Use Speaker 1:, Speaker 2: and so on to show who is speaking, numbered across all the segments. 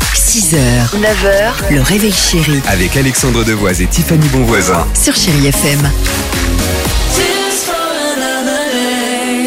Speaker 1: 6h, 9h, le réveil chéri
Speaker 2: Avec Alexandre Devoise et Tiffany Bonvoisin.
Speaker 1: sur Chéri FM.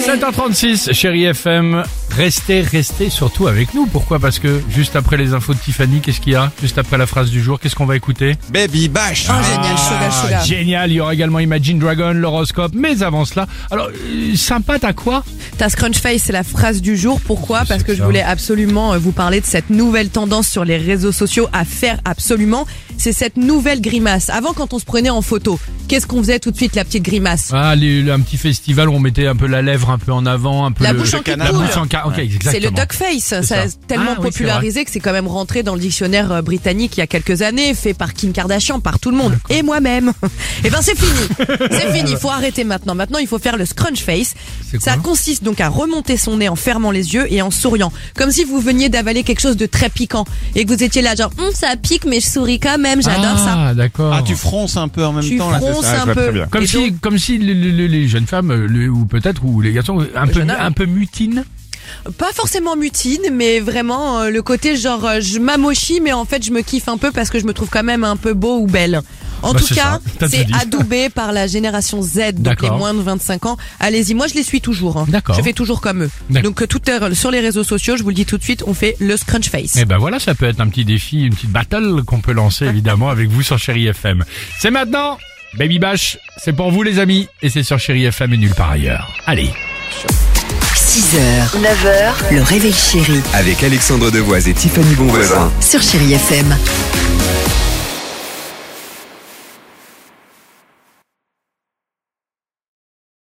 Speaker 3: 7h36, chérie FM, restez, restez surtout avec nous. Pourquoi Parce que juste après les infos de Tiffany, qu'est-ce qu'il y a Juste après la phrase du jour, qu'est-ce qu'on va écouter
Speaker 2: Baby Bash
Speaker 4: Génial, sugar, sugar.
Speaker 3: Bah, Génial, il y aura également Imagine Dragon, l'horoscope, mais avant cela, alors, euh, sympa, t'as quoi
Speaker 4: Ta scrunch face, c'est la phrase du jour. Pourquoi Parce que je voulais absolument euh, vous parler de cette nouvelle tendance sur les réseaux sociaux à faire absolument. C'est cette nouvelle grimace. Avant, quand on se prenait en photo, qu'est-ce qu'on faisait tout de suite, la petite grimace
Speaker 3: ah, les- un petit festival où on mettait un peu la lèvre un peu en avant, un peu
Speaker 4: La
Speaker 3: le-
Speaker 4: bouche en qui
Speaker 3: la
Speaker 4: coule.
Speaker 3: bouche en ca- ok, exactement.
Speaker 4: C'est le duck face. Ça,
Speaker 3: ça.
Speaker 4: a tellement
Speaker 3: Ah oui,
Speaker 4: popularisé que c'est quand même rentré dans le dictionnaire euh, britannique il y a quelques années, fait par Kim Kardashian, par tout le monde, et moi-même. et ben c'est fini. c'est fini. Il faut arrêter maintenant. Maintenant, il faut faire le scrunch face.
Speaker 3: C'est quoi
Speaker 4: Ça consiste donc à remonter son nez en fermant les yeux et en souriant, comme si vous veniez d'avaler quelque chose de très piquant et que vous étiez là genre Hum, ça pique mais je souris quand même, j'adore ça.
Speaker 3: Ah, d'accord.
Speaker 5: Ah, tu fronces un peu en même
Speaker 4: Tu
Speaker 5: temps là, c'est
Speaker 4: fronces
Speaker 5: ça. Ah, je
Speaker 4: un
Speaker 5: vois
Speaker 4: peu.
Speaker 5: très bien.
Speaker 3: Comme
Speaker 4: Et
Speaker 3: si, comme si le- le- le- les jeunes femmes, euh, le- ou peut-être, ou les garçons, un peu,
Speaker 4: jeunes hommes.
Speaker 3: un peu mutines.
Speaker 4: Pas forcément mutine, mais vraiment euh, le côté genre euh, je m'amochis mais en fait je me kiffe un peu parce que je me trouve quand même un peu beau ou belle. En
Speaker 3: Bah,
Speaker 4: tout
Speaker 3: c'est
Speaker 4: cas,
Speaker 3: ça. T'as
Speaker 4: c'est
Speaker 3: tout dit.
Speaker 4: adoubé par la génération Z, donc les
Speaker 3: D'accord.
Speaker 4: moins de 25 ans. Allez-y, moi je les suis toujours. hein.
Speaker 3: D'accord.
Speaker 4: Je fais toujours comme eux.
Speaker 3: D'accord.
Speaker 4: Donc euh, tout à l'heure, sur les réseaux sociaux, je vous le dis tout de suite, on fait le scrunch face.
Speaker 3: Eh ben voilà, ça peut être un petit défi, une petite battle qu'on peut lancer évidemment avec vous sur Chéri FM. C'est maintenant Baby Bash, c'est pour vous les amis et c'est sur Chéri FM et nulle part ailleurs. Allez
Speaker 1: 6h, 9h, le réveil chéri
Speaker 2: Avec Alexandre Devoise et Tiffany Bonvoisin.
Speaker 1: sur Chéri FM.